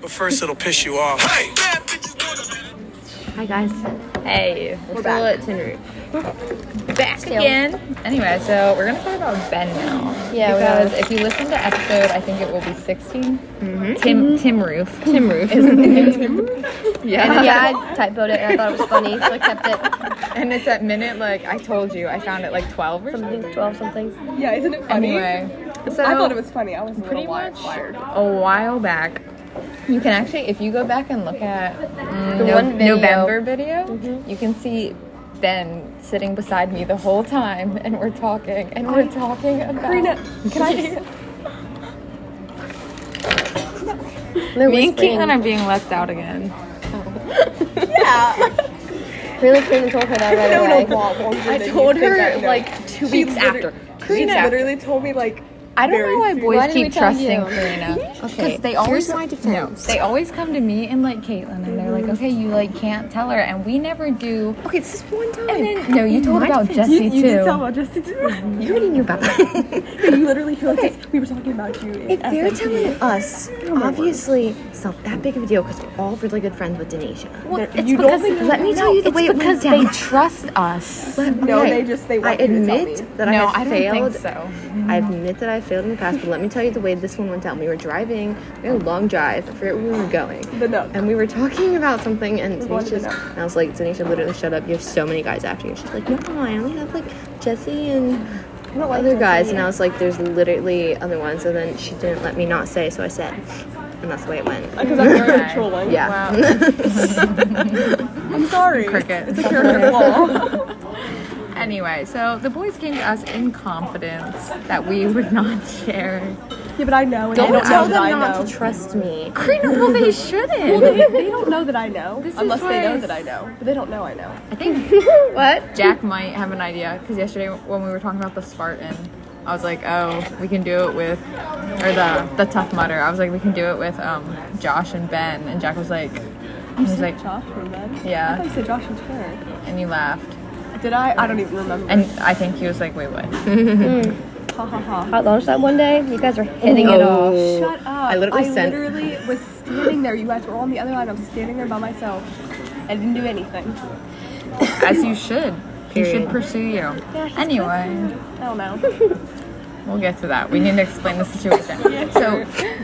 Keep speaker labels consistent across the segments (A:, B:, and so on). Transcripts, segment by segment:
A: But first, it'll piss you off. Hey,
B: Hi guys.
C: Hey, we're
B: back.
C: back. It's Henry. Back
B: Still.
C: again. Anyway, so we're gonna talk about Ben now.
B: Yeah, we
C: because
B: are.
C: if you listen to episode, I think it will be 16. Tim Tim Roof. Tim Roof.
B: And
C: yeah.
B: yeah, I typoed it and I thought it was funny, so I kept it.
C: And it's at minute like I told you, I found it like 12 or something.
B: Something twelve something.
D: Yeah, isn't it funny?
C: Anyway, so
D: I thought it was funny. I was a little
C: pretty
D: wired.
C: much
D: wired.
C: a while back. You can actually, if you go back and look at mm,
B: The
C: no-
B: one video.
C: November video, you can see Ben sitting beside me the whole time, and we're talking, and we're talking about.
D: Karina, can I?
C: me and
B: whispering.
C: Keelan are being left out again. Oh.
D: yeah.
B: Really Karina told her that
D: No,
B: right
D: no,
B: away.
D: Bob, longer
C: I
D: than you
C: told
D: think I
C: her
D: know.
C: like two
D: She
C: weeks
D: literally-
C: after. Two
D: She
C: weeks after.
D: literally told me like.
C: I don't
D: very
C: know why
D: soon.
C: boys
B: Why did we
C: keep
B: tell
C: trusting
B: you?
C: Karina.
B: Okay,
C: Because they always
E: here's my defense.
C: No, they always come to me and like Caitlin, and they're like, "Okay, you like can't tell her," and we never do.
E: Okay, this is one time.
C: And then no, you told
E: my
C: about
E: defense-
C: Jesse too.
D: You did tell about Justin too.
E: You already knew about that.
D: you literally feel like we were talking about you. In
E: if they're
D: SMT.
E: telling us, obviously it's not that big of a deal because we're all really good friends with Denisha.
C: Well, it's
D: you
C: because
D: don't think-
E: Let me tell you the
C: it's
E: way it
C: because
E: went
C: they
E: down.
C: trust us.
E: Let-
D: No,
E: okay,
D: they just- they want
E: I
D: you to tell
E: admit
D: me.
E: that I
C: no,
E: have
C: I don't
E: failed.
C: think so.
E: I admit that I failed in the past, but let me tell you the way this one went down. We were driving, we had a long drive. I forget where we were going.
D: The Nook.
E: And we were talking about something, and
D: going to the
E: Denisha's,
D: Nook.
E: and I was like, Denisha, literally shut up. You have so many guys after you. And she's like, no, I only have like Jesse and other guys. And I was like, there's literally other ones. So then she didn't let me not say, so I said, and that's the way it went.
D: Because I'm very controlling.
E: Yeah.
D: I'm sorry.
C: Cricket.
D: It's a character flaw.
C: Anyway, so the boys came to us in confidence that we would not share.
D: yeah, but I know. And
E: Don't
D: they don't
E: tell
D: know
E: them
D: that I
E: not
D: know.
E: to trust me.
C: Karina, well, they shouldn't.
D: Well, they, they don't know that I know.
C: This is
D: unless they know
C: worse.
D: that I know. But they don't know I know.
C: I think
B: What?
C: Jack might have an idea because yesterday when we were talking about the Spartan, I was like, oh, we can do it with, or the the Tough Mudder. I was like, we can do it with um, Josh and Ben, and Jack was like, he was like,
D: Josh or Ben? I
C: Yeah.
D: thought you said Josh and Turner.
C: and you laughed,
D: Did I? I don't even remember.
C: and I think he was like, wait, what?
D: ha ha ha.
B: Hot lunch that one day. You guys are hitting it off.
E: Oh.
D: Shut up.
E: I literally sent.
D: literally was standing there. You guys were all on the other line. I was standing there by myself. I didn't do anything.
C: As you should. He should
E: Period.
C: pursue you. anyway,
D: I don't know.
C: we'll get to that. We need to explain the situation. so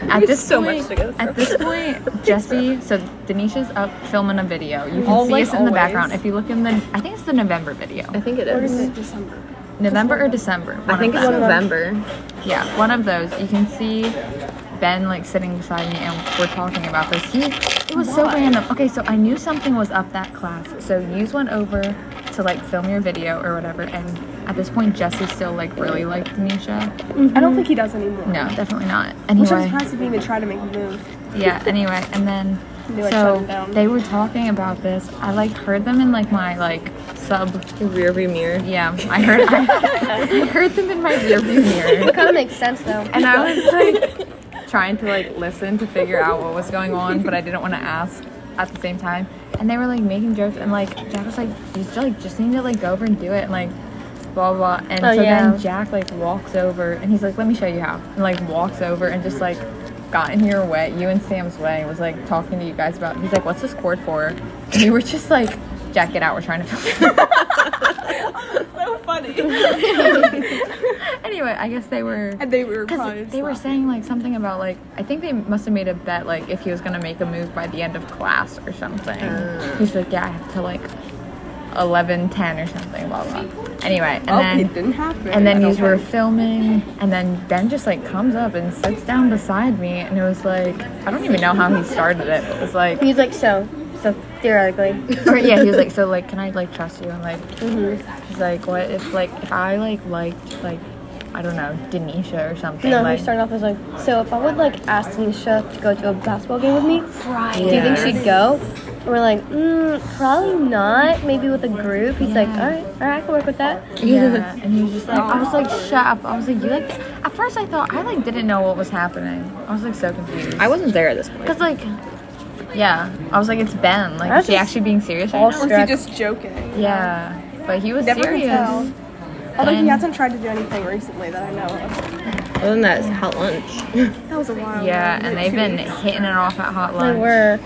C: at this
D: so much
C: point,
D: to go through.
C: at this point, Jesse. So Denisha's up filming a video. You can see
D: Always,
C: us in the
D: always.
C: background. If you look in the, I think it's the November video.
E: I think it
D: Or is
E: is.
D: it December?
C: November or December. one
E: I
C: of
E: think it's
C: them.
E: November.
C: Yeah, one of those. You can see Ben like sitting beside me, and we're talking about this. He, it was so random. Okay, so I knew something was up that class. So use went over to like film your video or whatever, and at this point Jesse still like really liked Nisha.
D: I don't think he does anymore.
C: No, definitely not.
D: Which I'm
C: Anyway,
D: surprised he didn't even try to make a move.
C: yeah. Anyway, and then
D: Knew I shut him
C: so
D: down.
C: they were talking about this. I like heard them in like my like sub.
E: The rear view mirror.
C: Yeah, I heard I, I heard them in my rearview mirror.
B: It kind of makes sense though.
C: And I was like trying to like listen to figure out what was going on, but I didn't want to ask at the same time. And they were like making jokes, and like Jack was like, "You just like just need to like go over and do it," and like blah blah. blah. And
B: Oh,
C: so
B: yeah.
C: then Jack like walks over, and he's like, "Let me show you how," and like walks over and just like got in your way, you and Sam's way, and was like talking to you guys about. He's like, "What's this cord for?" And you were just like, "Jack, get out! We're trying to film."
D: So funny.
C: anyway, I guess they were.
D: and they were probably
C: Because they were
D: just
C: saying like something about like I think they must have made a bet like if he was gonna make a move by the end of class or something.
D: Uh.
C: He's like, yeah, I have to like 11, 10 or something, blah blah. Anyway, and
D: laughing.
C: then
D: oh, it didn't happen.
C: and then
D: I
C: you
D: don't
C: were
D: know.
C: filming, and then Ben just like comes up and sits down beside me, and it was like I don't even know how he started it, but it was like
B: He's like so. So theoretically.
C: or, yeah, he was like, so like, can I like trust you? And like,
D: Mm-hmm.
C: he's like, what if like if I like liked like I don't know Denisha or something?
B: No,
C: like,
B: he started off as like, so if I would like ask Nisha to go to a basketball game with me, do you think she'd go? And we're like, mm, probably not. Maybe with a group. He's like, all right, all right, I can work with that.
C: Yeah, and he was just like, I was like, shut up. I was like, you like. At first, I thought I like didn't know what was happening. I was like so confused.
E: I wasn't there at this point.
C: Cause like, yeah, I was like, it's Ben.
B: I
C: Like,
B: was
C: is he
B: just
C: actually being serious?
B: all
C: Right now?
D: Or is he just joking?
C: Yeah, but he was
D: Never can
C: serious.
D: tell. Although he
C: And-
D: hasn't tried to do anything recently that I know of.
E: Other than that, it's hot lunch.
D: That was a while.
C: Yeah,
D: ago.
C: and they've been hitting it off at hot
B: They
C: lunch.
B: were.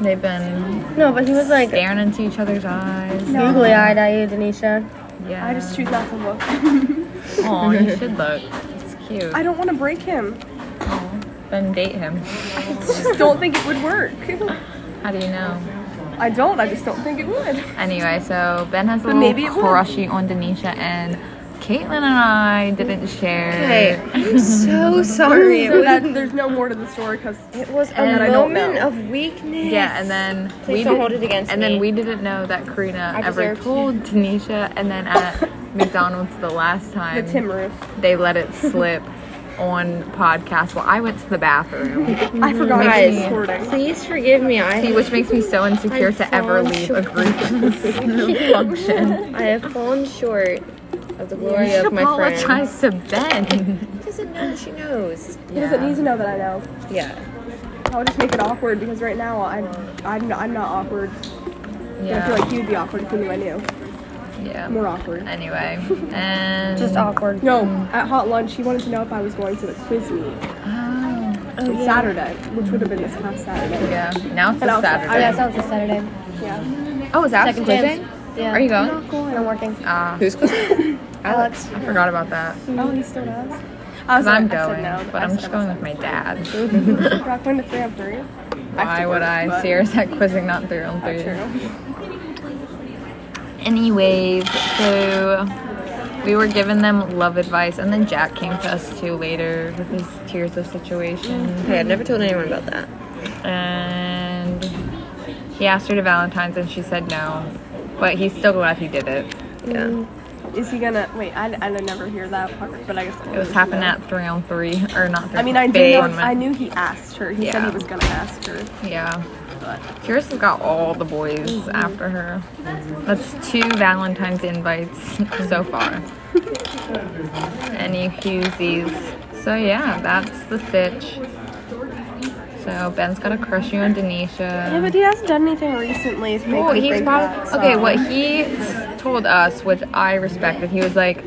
C: They've been
B: No, but he was like
C: staring into each other's eyes.
B: googly eyed at you, Denisha.
C: Yeah.
D: I just choose not to look.
C: Oh, you should look. It's cute.
D: I don't want to break him.
C: Then date him.
D: Just don't think it would work.
C: How do you know?
D: I don't. I just don't think it would.
C: Anyway, so Ben has a
D: But
C: little
D: maybe it will.
C: crushy on Denisha, and Caitlin and I didn't share.
E: Hey, I'm so sorry.
D: So that there's no more to the story because
E: It was a
C: And I
D: don't
E: moment
D: know.
E: of weakness.
C: Yeah, and then
E: Please don't hold it against
C: And
E: me.
C: then we didn't know that Karina
E: I
C: ever
E: deserve to.
C: told Tanisha. And then at McDonald's the last
D: the
C: time,
D: Tim roof.
C: they let it slip on podcast. Well, I went to the bathroom,
D: I forgot I was
E: Guys,
D: recording.
E: please forgive me. I
C: See, which makes me so insecure
E: I'm
C: to ever
E: so
C: leave a group function.
E: I have fallen short of the glory
C: You should
E: of my friend.
C: apologize to Ben.
E: She doesn't know she knows.
D: He doesn't need to know that I know.
E: Yeah.
D: I'll just make it awkward because right now I'm I'm, I'm not awkward. I feel
C: Yeah,
D: like you'd be awkward if you knew I knew. More
C: yeah.
D: awkward.
C: Anyway, and
B: Just awkward.
D: No, at hot lunch, he wanted to know if I was going to the quiz meet
C: Oh,
D: on Saturday, which would have been this past Saturday.
C: yeah. Now it's
D: And
C: a
D: also-
B: Oh, yeah,
C: Saturday.
B: so it's a Saturday.
D: Yeah.
C: Oh, is Alex
B: Second chance.
C: quizzing?
B: Yeah.
C: Are you going?
B: I'm not going. I'm working.
C: Ah,
E: Who's
B: Alex.
C: I forgot about that.
D: Oh, he still does. I
C: Because
D: like,
C: I'm
D: I
C: going,
D: said no,
C: but
D: I
C: I'm
D: said
C: just
D: I
C: going with my dad.
D: said- Rock went to three on three.
C: Why would I? Serious at quizzing, not through on through.
D: True.
C: Anyways, so we were giving them love advice, and then Jack came to us too later with his tears of situation,
E: Yeah, I've never told anyone about that.
C: and he asked her to Valentine's, and she said no, but he's still glad he did it.
E: Yeah.
D: Is he gonna wait? I, I don't never hear that part, but I guess
C: It was happening at three on three, or not three.
D: I mean, I
C: three
D: did.
C: on
D: Know,
C: one.
D: I knew he asked her. He said
C: Yeah.
D: he was gonna ask her.
C: Yeah. Kira's has got all the boys after her. That's two Valentine's invites so far. Any QZs. So yeah, that's the sitch. So Ben's got a crush on
D: Yeah,
C: Denisha.
D: but he hasn't done anything recently to make
C: Oh,
D: me
C: he's
D: think
C: probably
D: that, so-
C: okay. What he s- told us, which I respected, he was like,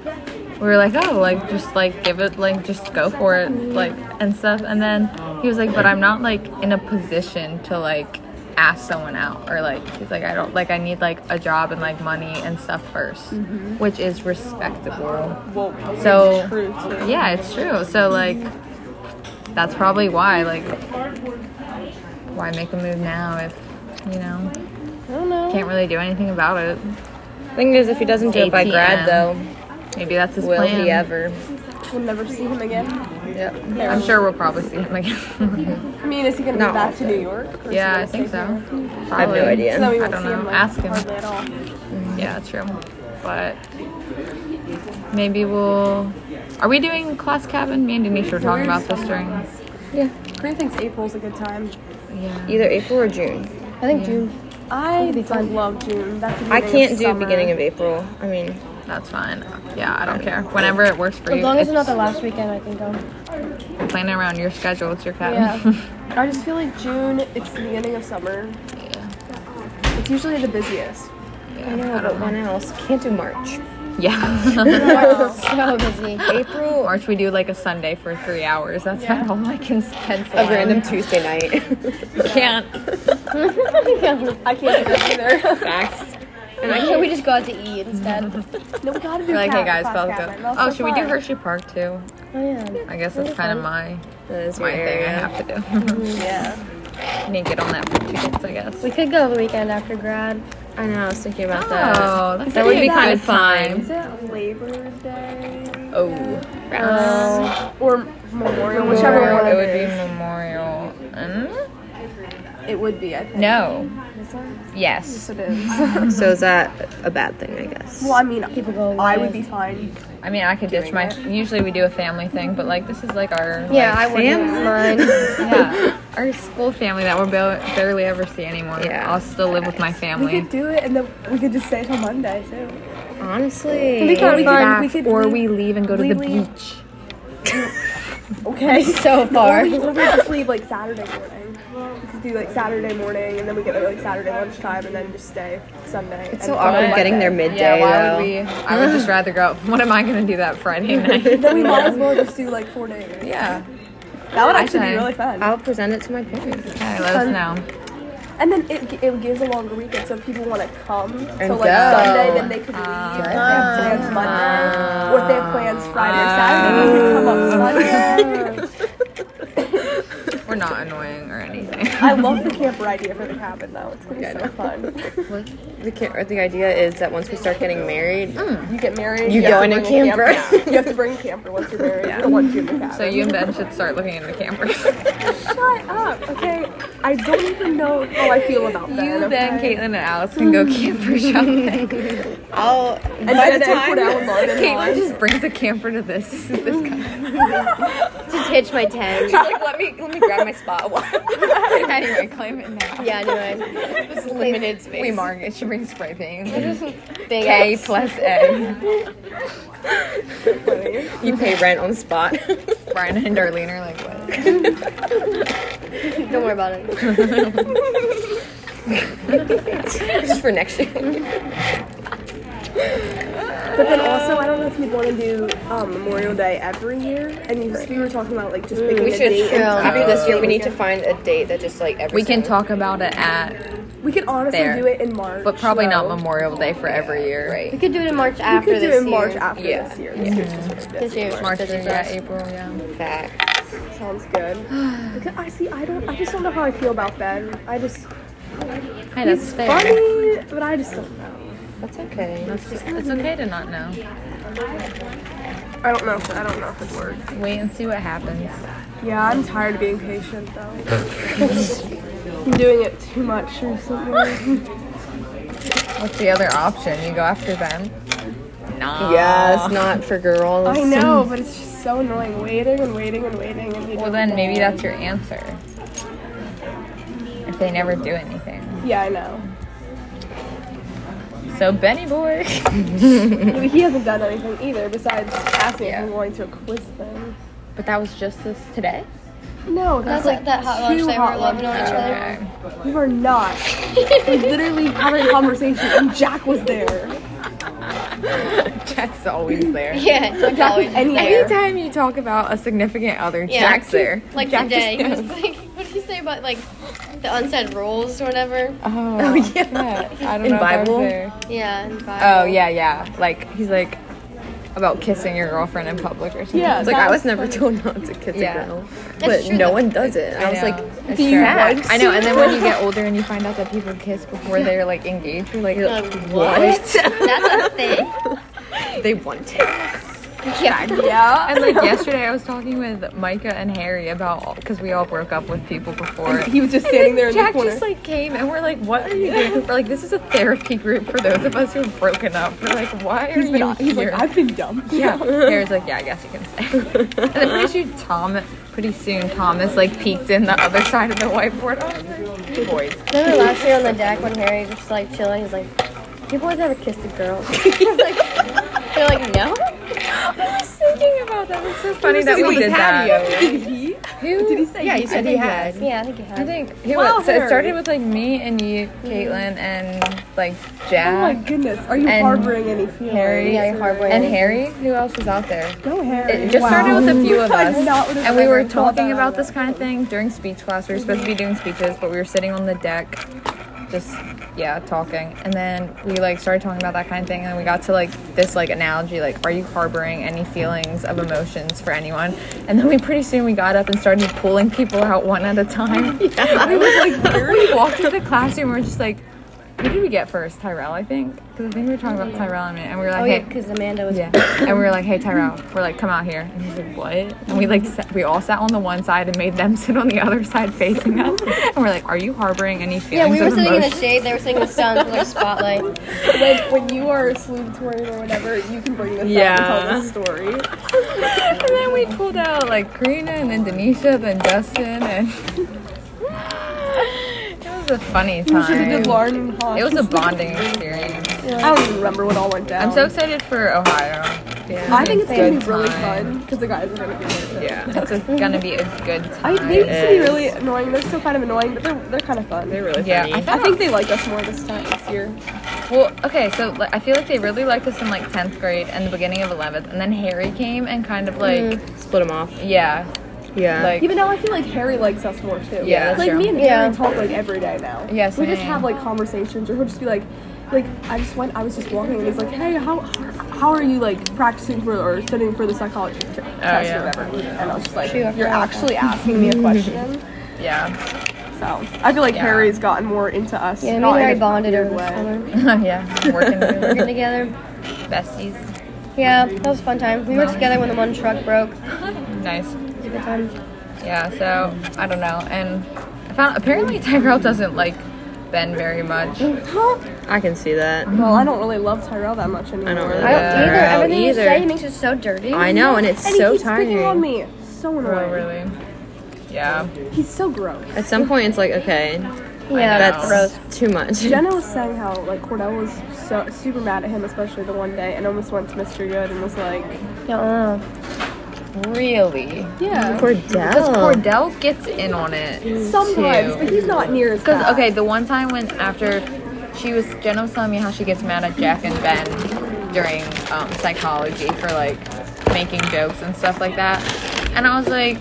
C: we were like, oh, like just like give it, like just go for it, like and stuff. And then he was like, but I'm not like in a position to like ask someone out or like he's like I don't like I need like a job and like money and stuff 1st
D: Mm-hmm.
C: which is respectable.
D: Well,
C: So-
D: it's true too.
C: Yeah, it's true. So like that's probably why like why make a move now if you know
B: I don't know.
C: can't really do anything about it.
E: Thing is, if he doesn't do it by grad, though,
C: ATM. Maybe that's his
E: will
C: plan.
E: he ever?
D: We'll never see him again.
E: Yep.
C: I'm sure we'll probably see him again.
D: I mean, is he gonna
E: Not
D: be back to New York? or is he
C: yeah,
D: gonna
C: I think
D: stay
C: so.
D: here?
E: I have no
C: Probably.
E: idea.
D: So then we
C: I
D: won't
C: don't
D: see him
C: know.
D: like,
C: Ask him.
D: hardly at all.
C: Yeah, true. But maybe we'll. Are we doing class cabin? Me and Denise were talking about this during.
D: Korea thinks April's a good time.
C: Yeah.
E: Either April or June.
B: I think June.
D: I don't love June. That's the
E: I
D: beginning
E: can't
D: of
E: do
D: summer.
E: beginning of April. I mean,
C: That's fine. Yeah, I don't care. Whenever it works for you.
B: As long as it's not the
C: just
B: last weekend, I can go.
C: planning around your schedule. It's your cabin.
D: Yeah. I just feel like June. It's the beginning of summer.
C: Yeah.
D: It's usually the busiest.
E: I
C: Yeah.
E: know, but when else? Can't do March.
C: Yeah.
B: So busy.
E: April or
C: March, we do like a Sunday for three hours. That's about all I can pencil.
E: a
C: in.
E: random Tuesday night.
C: Can't.
D: I can't do that either.
E: Facts.
B: And I can't we just go out to eat instead? oh
D: no, we gotta do
C: Like, hey
D: cat-
C: guys,
D: class
C: both
D: cat,
C: go.
D: and
C: Oh,
D: also
C: should we do
D: fun.
C: Hershey Park too?
B: yeah.
C: I guess that's kind of my
E: That is
C: my
E: your
C: thing I
E: area.
C: have to do.
D: Mm-hmm. Yeah.
C: Naked on that for tickets, I guess.
B: We could go the weekend after grad.
E: I know. I was thinking about that.
C: Oh, that's
E: That would be
C: a
E: kind of
C: good
E: fun.
D: Is it Labor Day
E: Oh,
B: Oh,
D: or Memorial, whichever one
C: It
D: it
C: would be
D: is?
C: Memorial. Mm?
D: It would be. I think.
C: No.
D: Is it?
C: Yes.
D: Yes, it is.
E: so is that a bad thing? I guess.
D: well, I mean,
B: people go. Away.
D: I would be fine.
C: I mean, I could ditch my. Usually we do a family thing, but like this is like our.
B: Yeah, I wouldn't
E: Sam?
B: mind.
C: Yeah. Our school family that we bar- barely ever see anymore.
E: Yeah.
C: I'll still live with my
D: We
C: family.
D: could do it, and then we could just stay till Monday too.
E: Honestly,
C: Or
D: we
C: we
D: could-
C: back,
D: we could
C: or
D: leave-
C: we leave and go to
D: we
C: the
D: leave-
C: beach.
D: Okay.
E: so
D: Or
E: far.
D: we, or we just leave like Saturday morning. We just do like Saturday morning, and then we get there like Saturday lunchtime, and then just stay Sunday.
E: It's so awkward getting there midday
C: yeah, why
E: though.
C: would we? I would just rather go out. What am I going to do that Friday night?
D: Then we might as well just do like four days.
C: yeah.
D: That would actually
C: Okay.
D: be really fun.
E: I'll present it to my parents.
C: Okay, let us know.
D: And then it, gi- it gives a longer weekend, so if people want to come to like
E: go.
D: Sunday, then they could leave. if they have plans Monday, or if they have plans Friday or Saturday, they could come on Sunday.
C: We're not annoying or anything.
D: I love the camper idea for the cabin though. It's gonna be so fun.
E: The ca- or the idea is that once we start getting married,
C: Uh-huh.
D: You get married.
E: You
D: have
E: go
D: to
E: in a
D: bring camper.
E: camper.
D: you have to bring a camper once you're married. or once you're in the cabin.
C: So you and Ben should start looking into campers.
D: Shut up, okay? I don't even know how I feel about that.
C: You, Ben,
D: okay?
C: Caitlin, and Alice can go camper shopping.
E: I'll
D: And
E: by
D: then
E: the
D: I put
E: time
D: out Lauren and
C: Caitlin
D: Lauren.
C: just brings a camper to this this country.
B: Just hitch my tent.
E: like let me let me grab my spot.
C: anyway, claim it now.
B: yeah, anyway.
E: It's limited space.
C: We market. She brings spray paint.
B: Just big
C: K
B: ass-
C: plus A.
E: You pay rent on the spot.
C: Brian and Darlene are like what?
B: Don't worry about it.
E: Just for next year.
D: But then also, I don't know if you'd want to do um, Memorial Day every year. And you, we were talking about like just picking
E: We
D: a
E: should
D: date. and-
E: after this year we need to find a date that just like every
C: We can
E: single-
C: talk about it at,
D: we could honestly
C: There.
D: do it in March,
C: but probably not
D: though.
C: Memorial Day for every year.
B: We
C: Right.
B: could do it in March
D: We
B: after
D: could do
B: this
D: it in
B: year.
D: March after
E: Yeah.
D: this year. This year's just ridiculous.
B: This year.
C: March,
B: this is
C: yeah,
B: us.
C: April, yeah.
E: back.
D: Sounds good. Okay, I see. I don't. I just don't know how I feel about Ben. I just
C: Hey, that's fair.
D: funny, but I just don't know.
E: That's okay.
C: It's just- it's okay to not know.
D: I don't know. If, I don't know if it works.
C: Wait and see what happens.
D: Yeah, I'm tired of being patient though. I'm doing it too much recently.
C: What's the other option? You go after them? Nah.
E: Yeah, it's not for girls.
D: I know, but it's just so annoying. Waiting and waiting and waiting. And
C: Well, then maybe that's your answer. If they never do anything.
D: Yeah, I know.
C: So, Benny boy.
D: But he hasn't done anything either besides asking
C: Yeah.
D: if I'm going to a quiz thing.
C: but that was just this today?
D: No, that's,
B: That's like that hot lunch
D: two
B: they were
D: hot
B: loving on each other.
C: Okay.
D: you are not. we literally having a conversation, and Jack was there.
C: Jack's always there.
B: Yeah, Jack
D: Jack
B: always
D: was anywhere.
C: Anytime you talk about a significant other,
B: Yeah.
C: Jack's there.
B: Like
C: Jack
B: today, he
C: just
B: was
C: knows.
B: like, what did he say about like the unsaid rules or whatever?
C: Oh, yeah. I don't
E: In
C: know if I was
E: Bible?
C: there.
B: Yeah. and Bible.
C: Oh yeah, yeah. Like he's like about kissing your girlfriend in public or something.
D: Yeah,
E: It's like
D: that
E: I was never told not to kiss
C: Yeah.
E: a girl, but
B: That's true,
E: no
B: though.
E: one does it. And I, was
C: know.
E: like,
C: It's
E: do you
C: true.
E: act?
C: I know. And then when you get older and you find out that people kiss before they're like engaged, you're like,
B: Like,
E: What?
B: That's a thing.
E: they want it.
B: Yeah.
D: Yeah.
C: And like yesterday, I was talking with Micah and Harry about because we all broke up with people before.
D: He was just standing there in the
C: Jack
D: corner.
C: just like came and we're like, "What are you doing?" We're like, "This is a therapy group for those of us who've broken up." We're like, "Why are
D: he's,
C: you
D: been, he's
C: here?"
D: like, I've been dumped.
C: yeah, Harry's like, "Yeah, I guess you can stay." and then pretty soon, Tom, pretty soon, Thomas like peeked in the other side of the whiteboard. I was like, "You boys,
B: Remember last year on the deck when Harry was just like chilling, he's like, "You boys ever kissed a girl?" Like, They're like, "No."
C: I was thinking about that. It's so funny that we
E: like,
C: did that."
D: Did he?
C: Who
D: Did he say?
E: Yeah,
D: he-
E: you said
C: I
E: he
C: think
E: had.
B: Yeah, I think you
C: I
B: have.
C: think who
D: Wow,
C: was, so it
D: Harry.
C: started with like me and you, Caitlin, and like
D: Oh my
C: Jack,
D: goodness, are you
C: And
D: harboring any feelings?
C: Harry,
B: Yeah, you're harboring.
C: and Harry. Who else was out there?
D: Go Harry.
C: It just started with a few of
D: I
C: us,
D: not would've
C: and we were
D: never thought
C: talking
D: that
C: about
D: out
C: this kind of thing during speech class. We were supposed to be doing speeches, but we were sitting on the deck, just yeah, talking. And then we like started talking about that kind of thing, and we got to like this like analogy, like, are you harboring any feelings of emotions for anyone? And then we pretty soon we got up and started pulling people out one at a time. We was like, we walked into the classroom, we are just like. Who did we get first? Tyrell, I think. Because I think we were talking about Tyrell in a minute, and we were like,
B: Oh yeah,
C: hey,
B: because Amanda was.
C: yeah. And we were like, hey, Tyrell, we're like, come out here. And he's like, what? And we like, sat, we all sat on the one side and made them sit on the other side facing us. And we're like, are you harboring any
B: Yeah,
C: feelings
B: we were
C: of
B: sitting in the
C: emotion?
B: shade. They were sitting in the sun with like spotlight.
D: When, when you are salutatorian or whatever, you can bring this up
E: Yeah.
D: and tell this story.
C: And then we pulled out like Karina and then Denisha, then Dustin, and it was a funny
D: You should have
C: time.
D: did Lauren and Hawk.
C: It was a bonding experience.
D: I don't even remember what all went down.
C: I'm so excited for Ohio.
D: I think it's gonna be really fun because the guys are gonna be really
E: Yeah.
C: It's a- gonna be a good
D: I
C: time.
D: they used to be really annoying. They're still kind of annoying, but they're they're kind of fun.
E: They're really
C: Yeah,
E: funny.
C: I
D: I think they like us more this time this year.
C: Well, okay, so like, I feel like they really liked us in like 10th grade and the beginning of 11th, and then Harry came and kind of like,
E: Split them off.
C: yeah,
E: Yeah.
C: like
D: Even now, I feel like Harry likes us more too.
C: Yeah, that's
D: like
C: true.
D: me and
B: Yeah.
D: Harry talk like every day now.
C: Yeah,
D: we just
C: same.
D: have like conversations, or he'll just be like, like I just went, I was just walking, and he's like, hey, how how are you like practicing for or studying for the psychology t- test
C: yeah.
D: or whatever? And I was just like,
B: She got
D: you're
B: that.
D: actually asking me a question.
C: yeah,
D: So I feel like
C: Yeah.
D: Harry's gotten more into us.
B: Yeah, me
D: not
B: and
D: in
B: Harry
D: a
B: bonded
D: weird
B: over the
D: way.
B: summer.
C: yeah, working
B: Working
C: with
B: together.
C: besties,
B: Yeah, that was a fun time. We were together when the one truck broke. It
C: nice.
B: was a good time.
C: Yeah, so I don't know, and I found apparently Tyrell doesn't like Ben very much.
E: I can see that.
D: Well, I don't really love Tyrell that much anymore.
E: really
B: I don't
C: Yeah.
B: either.
E: Yeah,
B: Everything you
E: either.
B: say makes it so dirty.
E: I know, and it's
D: and
E: so
D: he keeps picking
E: tiring.
D: on me. So
C: Oh,
D: annoying.
C: really? Yeah,
D: He's so gross.
E: At some point, it's like, okay,
B: Yeah,
E: that's
B: gross.
E: too much.
D: Jenna was saying how like Cordell was so super mad at him, especially the one day, and almost went to Mr. Good and was like,
B: Nuh-uh.
C: really.
D: yeah,
C: Because
E: Cordell.
C: Cordell gets in on it
D: sometimes,
C: too.
D: but he's not near as
C: Because
D: bad.
C: okay, the one time when after she was Jenna was telling me how she gets mad at Jack and Ben during um, psychology for like making jokes and stuff like that, and I was like,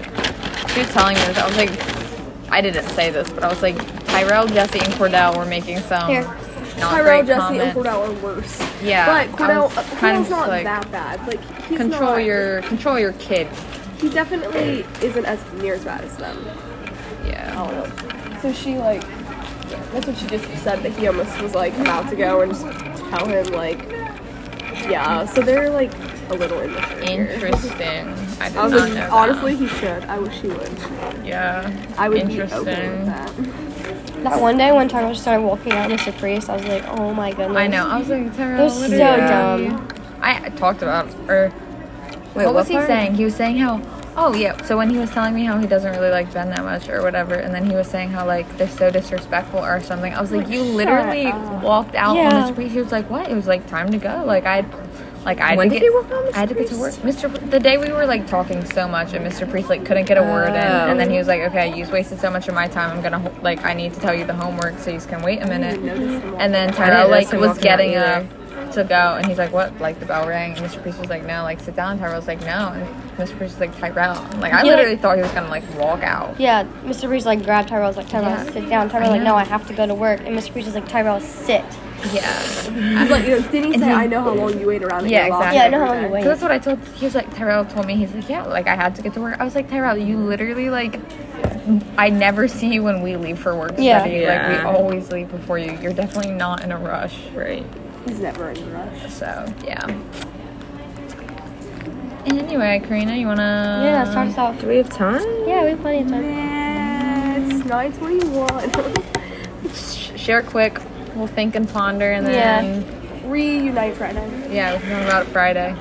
C: she was telling me this. I was like, I didn't say this, but I was like, Tyrell, Jesse, and Cordell were making some
B: Here.
C: not
D: Tyrell,
C: great
D: Jesse,
C: comments.
D: and Cordell are worse.
C: Yeah,
D: but
C: I
D: Cordell,
C: was
D: uh,
C: kind
D: Cordell's
C: of
D: not
C: like,
D: that bad. Like he's
C: Control
D: not- Oh,
C: your control your kid.
D: He definitely isn't as near as bad as them.
C: Yeah.
D: So she like, that's what she just said that he almost was like about to go and just tell him like, yeah. So they're like a little in the shade here.
C: Interesting. I did
D: I
C: not
D: was like,
C: know.
D: honestly, he should. I wish he would.
C: that. yeah.
D: I would be
C: Interesting.
D: okay with that.
B: That one day when Tyrell started walking out with Mr. Priest, I was like, oh my goodness.
C: I know. I was like, Tyrell,
B: They're
C: what
B: so
C: are you-
B: dumb.
C: I talked about or
E: Wait,
C: what, was he
E: part?
C: saying? He was saying how oh yeah. So when he was telling me how he doesn't really like Ben that much or whatever, and then he was saying how like they're so disrespectful or something. I was like, you literally walked out
B: Yeah.
C: on Mr. Priest. He was like, what? It was like time to go. Like I. Like I had
E: When
C: to
E: did
C: get,
E: he walk out, Mr.
C: I had to get to work. Mr. Pri- The day we were like talking so much, and Mr. Priest like couldn't get a word in, and
E: Oh.
C: then he was like, "Okay, you've wasted so much of my time. I'm gonna ho- like I need to tell you the homework, so you can wait a minute." And then Tyrell
E: didn't notice
C: like
E: him
C: was
E: walking out
C: getting up
E: either.
C: to go, and he's like, "What?" Like the bell rang, and Mr. Priest was like, "No, like sit down." Tyrell's like, "No," and Mr. Priest was like, "Tyrell." Like I
B: Yeah.
C: literally thought he was gonna like walk out.
B: Yeah, Mr. Priest like grabbed Tyrell, was like, Tyrell, sit down. Tyrell like, no, I have to go to work. And Mr. Priest was like, Tyrell, sit.
C: Yeah,
D: He's like, you know, didn't he say, I know how long you wait around? at
C: Yeah,
D: your locker
C: exactly.
B: Yeah, I know how
D: every
B: long you
D: day?"
B: wait.
C: because that's what I told. He was like, Tyrell told me he's like, "Yeah, like I had to get to work." I was like, "Tyrell, you literally like." I never see you when we leave for work.
B: Yeah.
C: Study. Like
E: Yeah.
C: we always leave before you. You're definitely not in a rush. Right.
D: He's never in a rush.
C: So yeah. Anyway, Karina, you wanna?
B: Yeah, start us off.
E: Do we have time?
B: Yeah, we have plenty of time.
D: It's 9:21.
C: sh- share quick. We'll think and ponder, and then
D: Reunite Friday.
C: yeah, we can talk about it Friday.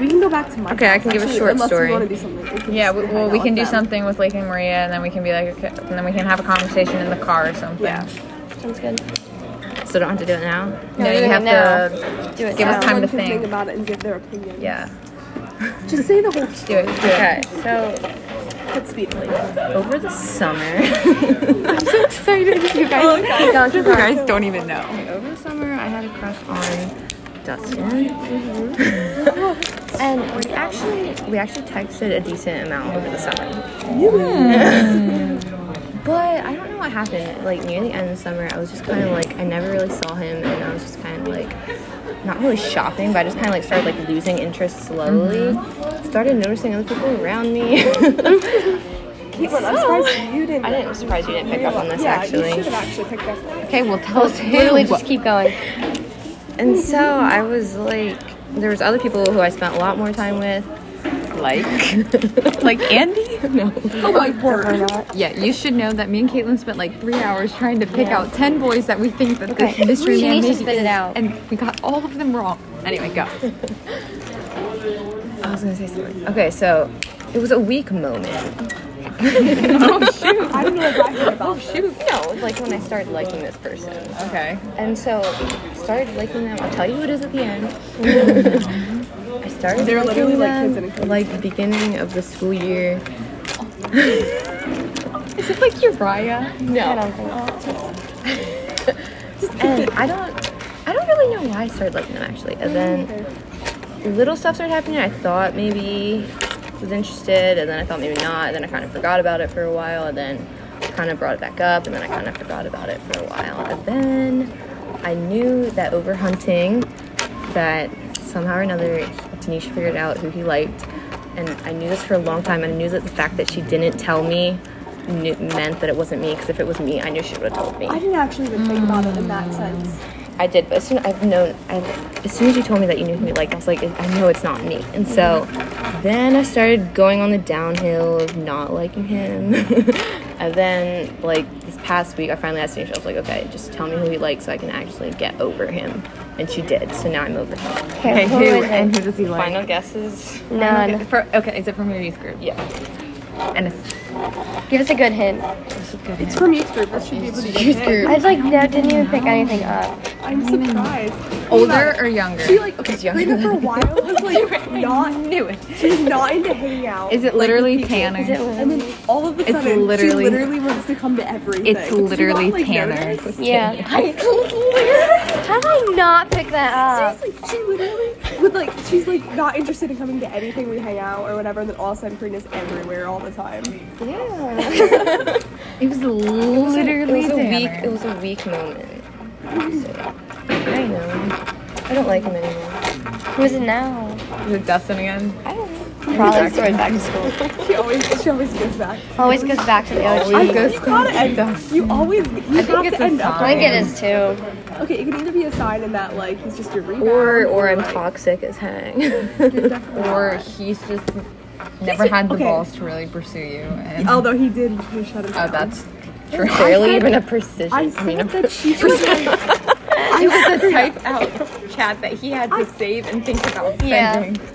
D: We can go back to my.
E: Okay, I can
D: house,
E: give a
D: actually,
E: short
D: unless
E: story.
D: We want to do something. We can
C: Yeah,
D: just
C: we,
D: hang
C: well,
D: out
C: we can
D: with
C: do
D: them.
C: something with Lake and Maria, and then we can be like, okay, and then we can have a conversation in the car or something.
D: Yeah.
B: Sounds good.
E: So don't have to do it now.
C: No,
B: No,
C: you
B: do it
C: have
B: now.
C: to
B: Do it
C: Give
B: now.
C: us time
D: Everyone
C: to
D: can
C: think.
D: about it and give their opinion.
C: Yeah,
D: Just say the whole
C: do it. Do
E: Okay,
C: It.
E: so
D: cut speedily.
E: over the summer,
D: You guys, you guys, you guys don't even.
E: over the summer, I had a crush on Dustin, and we actually we actually texted a decent amount over the summer. But I don't know what happened. Like near the end of the summer, I was just kind of like I never really saw him, and I was just kind of like not really shopping, but I just kind of like started like losing interest slowly.
D: Mm-hmm.
E: Started noticing other people around me.
D: Caitlin, I'm surprised you didn't.
E: I didn't. I'm surprised you didn't pick up on this
D: yeah, you
E: actually.
D: should have actually picked up. on it.
E: Okay, well tell us
B: Literally just keep going.
E: And so I was like, there was other people who I spent a lot more time with, like like Andy. No.
F: Oh my word. Yeah, you should know that me and Caitlin spent like three hours trying to pick out 10 boys that we think that
B: Okay.
F: this mystery
B: She
F: man
B: needs to
F: maybe
B: spit it
F: is,
B: out.
F: And we got all of them wrong. Anyway, go.
E: I was gonna say something. Okay, so it was a weak moment.
D: I don't know if I heard about. it.
E: Shoot, no, like when I started liking this person.
C: Okay.
E: And so started liking them. I'll tell you what it is at the end. I started
D: They're
E: like,
D: literally
E: doing
D: like kids
E: them,
D: in a cage.
E: like beginning of the school year.
F: Is it like Uriah?
D: No.
E: and I don't, I don't really know why I started liking them actually. And then little stuff started happening. I thought maybe was interested, and then I thought maybe not. And then I kind of forgot about it for a while, and then kind of brought it back up, and then I kind of forgot about it for a while. And then I knew that over hunting, that somehow or another Tanisha figured out who he liked, and I knew this for a long time. And I knew that the fact that she didn't tell me. Knew, meant that it wasn't me because if it was me, I knew she would have told me.
G: I didn't actually even think about it in that sense.
E: I did, but as soon I've known, I, as soon as you told me that you knew who you liked, I was like, I know it's not me. And so, then I started going on the downhill of not liking him. and then, like this past week, I finally asked Nisha. I was like, okay, just tell me who you like, so I can actually get over him. And she did. So now I'm over him.
B: Okay, who
C: who
B: is it?
C: and who does he like?
E: Final guesses.
B: None.
C: For, okay, is it from your youth group?
E: Yeah.
C: And it's
B: Give us a good hint.
D: It's from youth group. I should be able to get it.
B: I was like, no, didn't even pick anything up.
D: I'm surprised.
C: older or younger?
D: She like okay, Rita for a while was like not
C: knew it.
D: she's not into hanging out.
C: Is it literally Tanner?
B: Is it
D: and then all of a sudden
C: literally-
D: she literally wants to come to everything.
C: it's
D: Did you
C: literally
D: not, like,
C: Tanner.
D: notice?
B: Yeah. How did I not pick that up?
D: Seriously, she literally would like she's like not interested in coming to anything we hang out or whatever, and then all of a sudden Karina's everywhere all the time.
C: It was literally
E: it was a weak.
C: Tanner.
E: It was a weak moment. So, I know. I don't like him anymore.
B: Who is it now?
C: Is it Dustin again?
B: Probably going back to school.
D: She always she always goes back.
B: Always goes back to the OG.
D: I you gotta end up. You always you have
C: it's
D: to
C: a
D: end up.
C: sign.
B: I think it is too.
D: Okay, it can either be a sign in that like he's just your rebound.
E: Or, or I'm toxic as hang.
C: Or he's just never
D: He's a-
C: had the
D: okay.
C: balls to really pursue you. And, oh,
D: although he did he shut him down.
C: that's
E: barely even a precision.
D: I said that she was like
F: The type out chat that he had to save and think about
B: Yeah.
F: sending.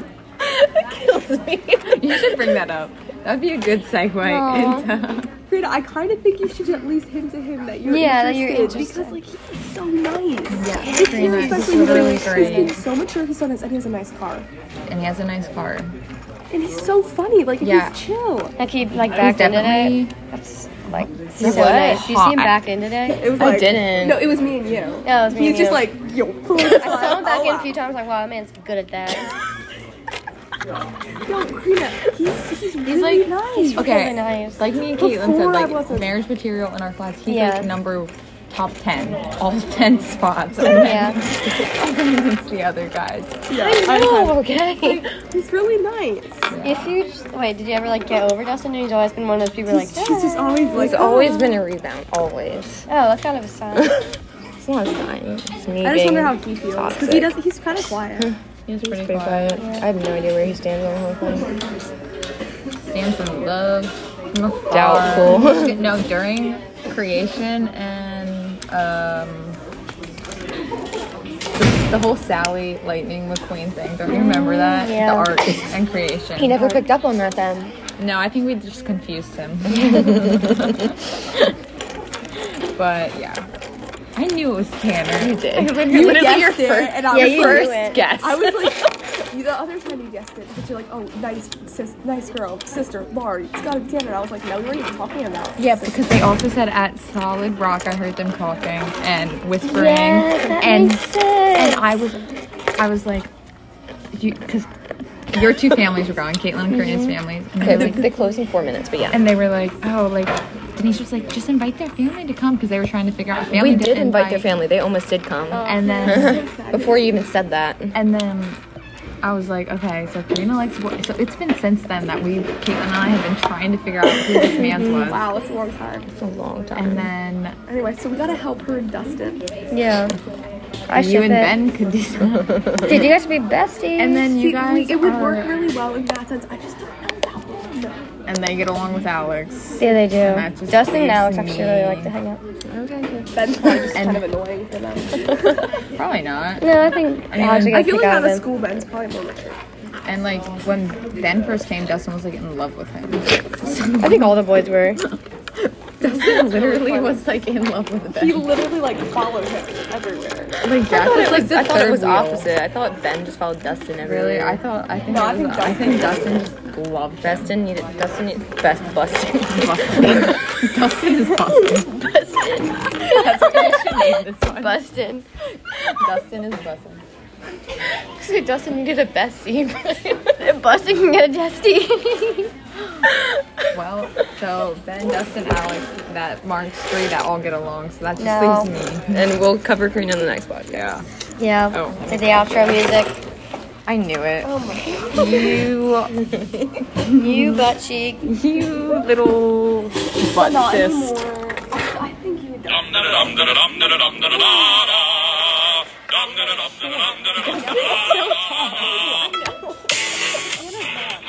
F: kills me. You should bring that up. That'd be a good segue. into-
D: Frida, I kind of think you should at least hint to him that you're
B: Yeah, that you're
D: interested, because like he's so nice. Yeah,
C: he's very nice.
D: Especially
C: He's
D: he's,
C: really
D: like,
C: great.
D: he's been so mature. He's so nice, and he has a nice car,
C: and he has a nice car.
D: and he's so funny. Like and
C: Yeah.
D: he's chill.
B: Like he like backed into
C: definitely-
B: it. That's like so nice. You see him back into it?
D: It was
E: I
D: like
E: didn't.
D: No, it was me and you.
B: Yeah, it was me
D: He's
B: and
D: just
B: you.
D: like yo.
B: I saw him back in a few times. Like, wow, that man's good at that.
D: No, Karina, he's he's really nice.
B: Really
C: Okay,
B: nice.
C: like me and Caitlin
D: Before
C: said,
D: I
C: like
D: wasn't-
C: marriage material in our class, he's
B: Yeah.
C: like number top ten, all ten spots. And then
B: Yeah.
C: against the other guys.
B: Oh, okay.
D: He's really nice.
B: If you just, wait, did you ever like get over Dustin? He's always been one of those people like, oh,
D: She's just always like
E: It's always been a rebound, always.
B: that's kind of a sign.
E: It's not a sign. It's me
D: I just
E: being
D: wonder how he feels because he
E: toxic.
D: does. He's kind of quiet.
E: He's pretty, quiet. I have no idea where he stands on the whole thing.
C: Samson Love. from afar.
E: Doubtful.
C: no, during creation and um, the, the whole Sally Lightning McQueen thing. Don't you remember that?
B: yeah.
C: The art and creation.
E: He never picked up on that then.
C: No, I think we just confused him. but yeah. I knew it was Tanner. You did.
D: You guessed it, and I was like,
E: guess.
D: I was like, you- the other time you guessed it, but you're like, oh, nice sis, nice girl, sister, Laurie, it's gotta be Tanner. And I was like, no, we weren't even talking about it.
C: Yeah, because they also said at Solid Rock, I heard them talking and whispering,
B: Yes, that
C: and
B: makes sense.
C: and I was, I was like, you because your two families were gone, Caitlin and Karina's families, and,
E: Okay,
C: they,
E: we,
C: were like,
E: they close in four minutes, but yeah.
C: and they were like, oh, like Denise was like, just invite their family to come because they were trying to figure out if family
E: We
C: to
E: did invite Oh. their family. They almost did come.
C: and then
E: Before you even said that.
C: and then. I was like, okay, so Karina likes boys. So it's been since then that we, Caitlin and I, have been trying to figure out who this man's was.
D: Wow, that's a long time.
E: It's a long time.
C: And then
D: Anyway, so we gotta help her and Dustin.
B: Yeah. I
C: you
B: ship
C: and
B: it.
C: Ben could do something.
B: Did you guys be besties?
C: And then you
D: See,
C: guys.
D: like, it would
C: are-
D: work really well in that sense. I just don't know about one.
C: and they get along with Alex.
B: yeah, they
C: That
B: do.
C: just
B: Dustin and
C: leaves
B: Alex actually really
C: me-
B: like to hang out.
D: Ben's probably just kind of annoying for them.
C: Probably not.
B: No, I think Alex would
D: I
B: get
D: feel like
B: kicked out
D: out
B: of
D: of
B: him.
D: school, Ben's probably more mature.
C: And like when Ben first came, Dustin was like in love with him.
B: I think all the boys were.
C: Dustin literally was like in love with Ben.
D: He literally like followed him everywhere.
C: like Jack was like the
E: I thought
C: third
E: it was
C: wheel.
E: opposite. I thought Ben just followed Dustin everywhere.
C: Really, I thought I think it
D: No, I
C: was-
D: think
C: I think Dustin
E: just loved Dustin needed Dustin needed best busting.
C: Dustin is busting.
E: Bustin.
C: Dustin is busting.
E: So Dustin needed a bestie. busting can get a bestie.
C: Well, so Ben, Dustin, Alex, that marks three that all get along. So that just
B: No.
C: leaves me.
E: and we'll cover Karina on the next podcast. Yeah.
B: Yeah.
E: Oh.
B: Did the outro music.
C: I knew it.
B: You. you butt cheek.
C: You little.
D: Not anymore. I think you don't.
A: Dum-da-da-dum-da-da-da-da. Dum-da-da-dum-da-da-dum-da-da-da.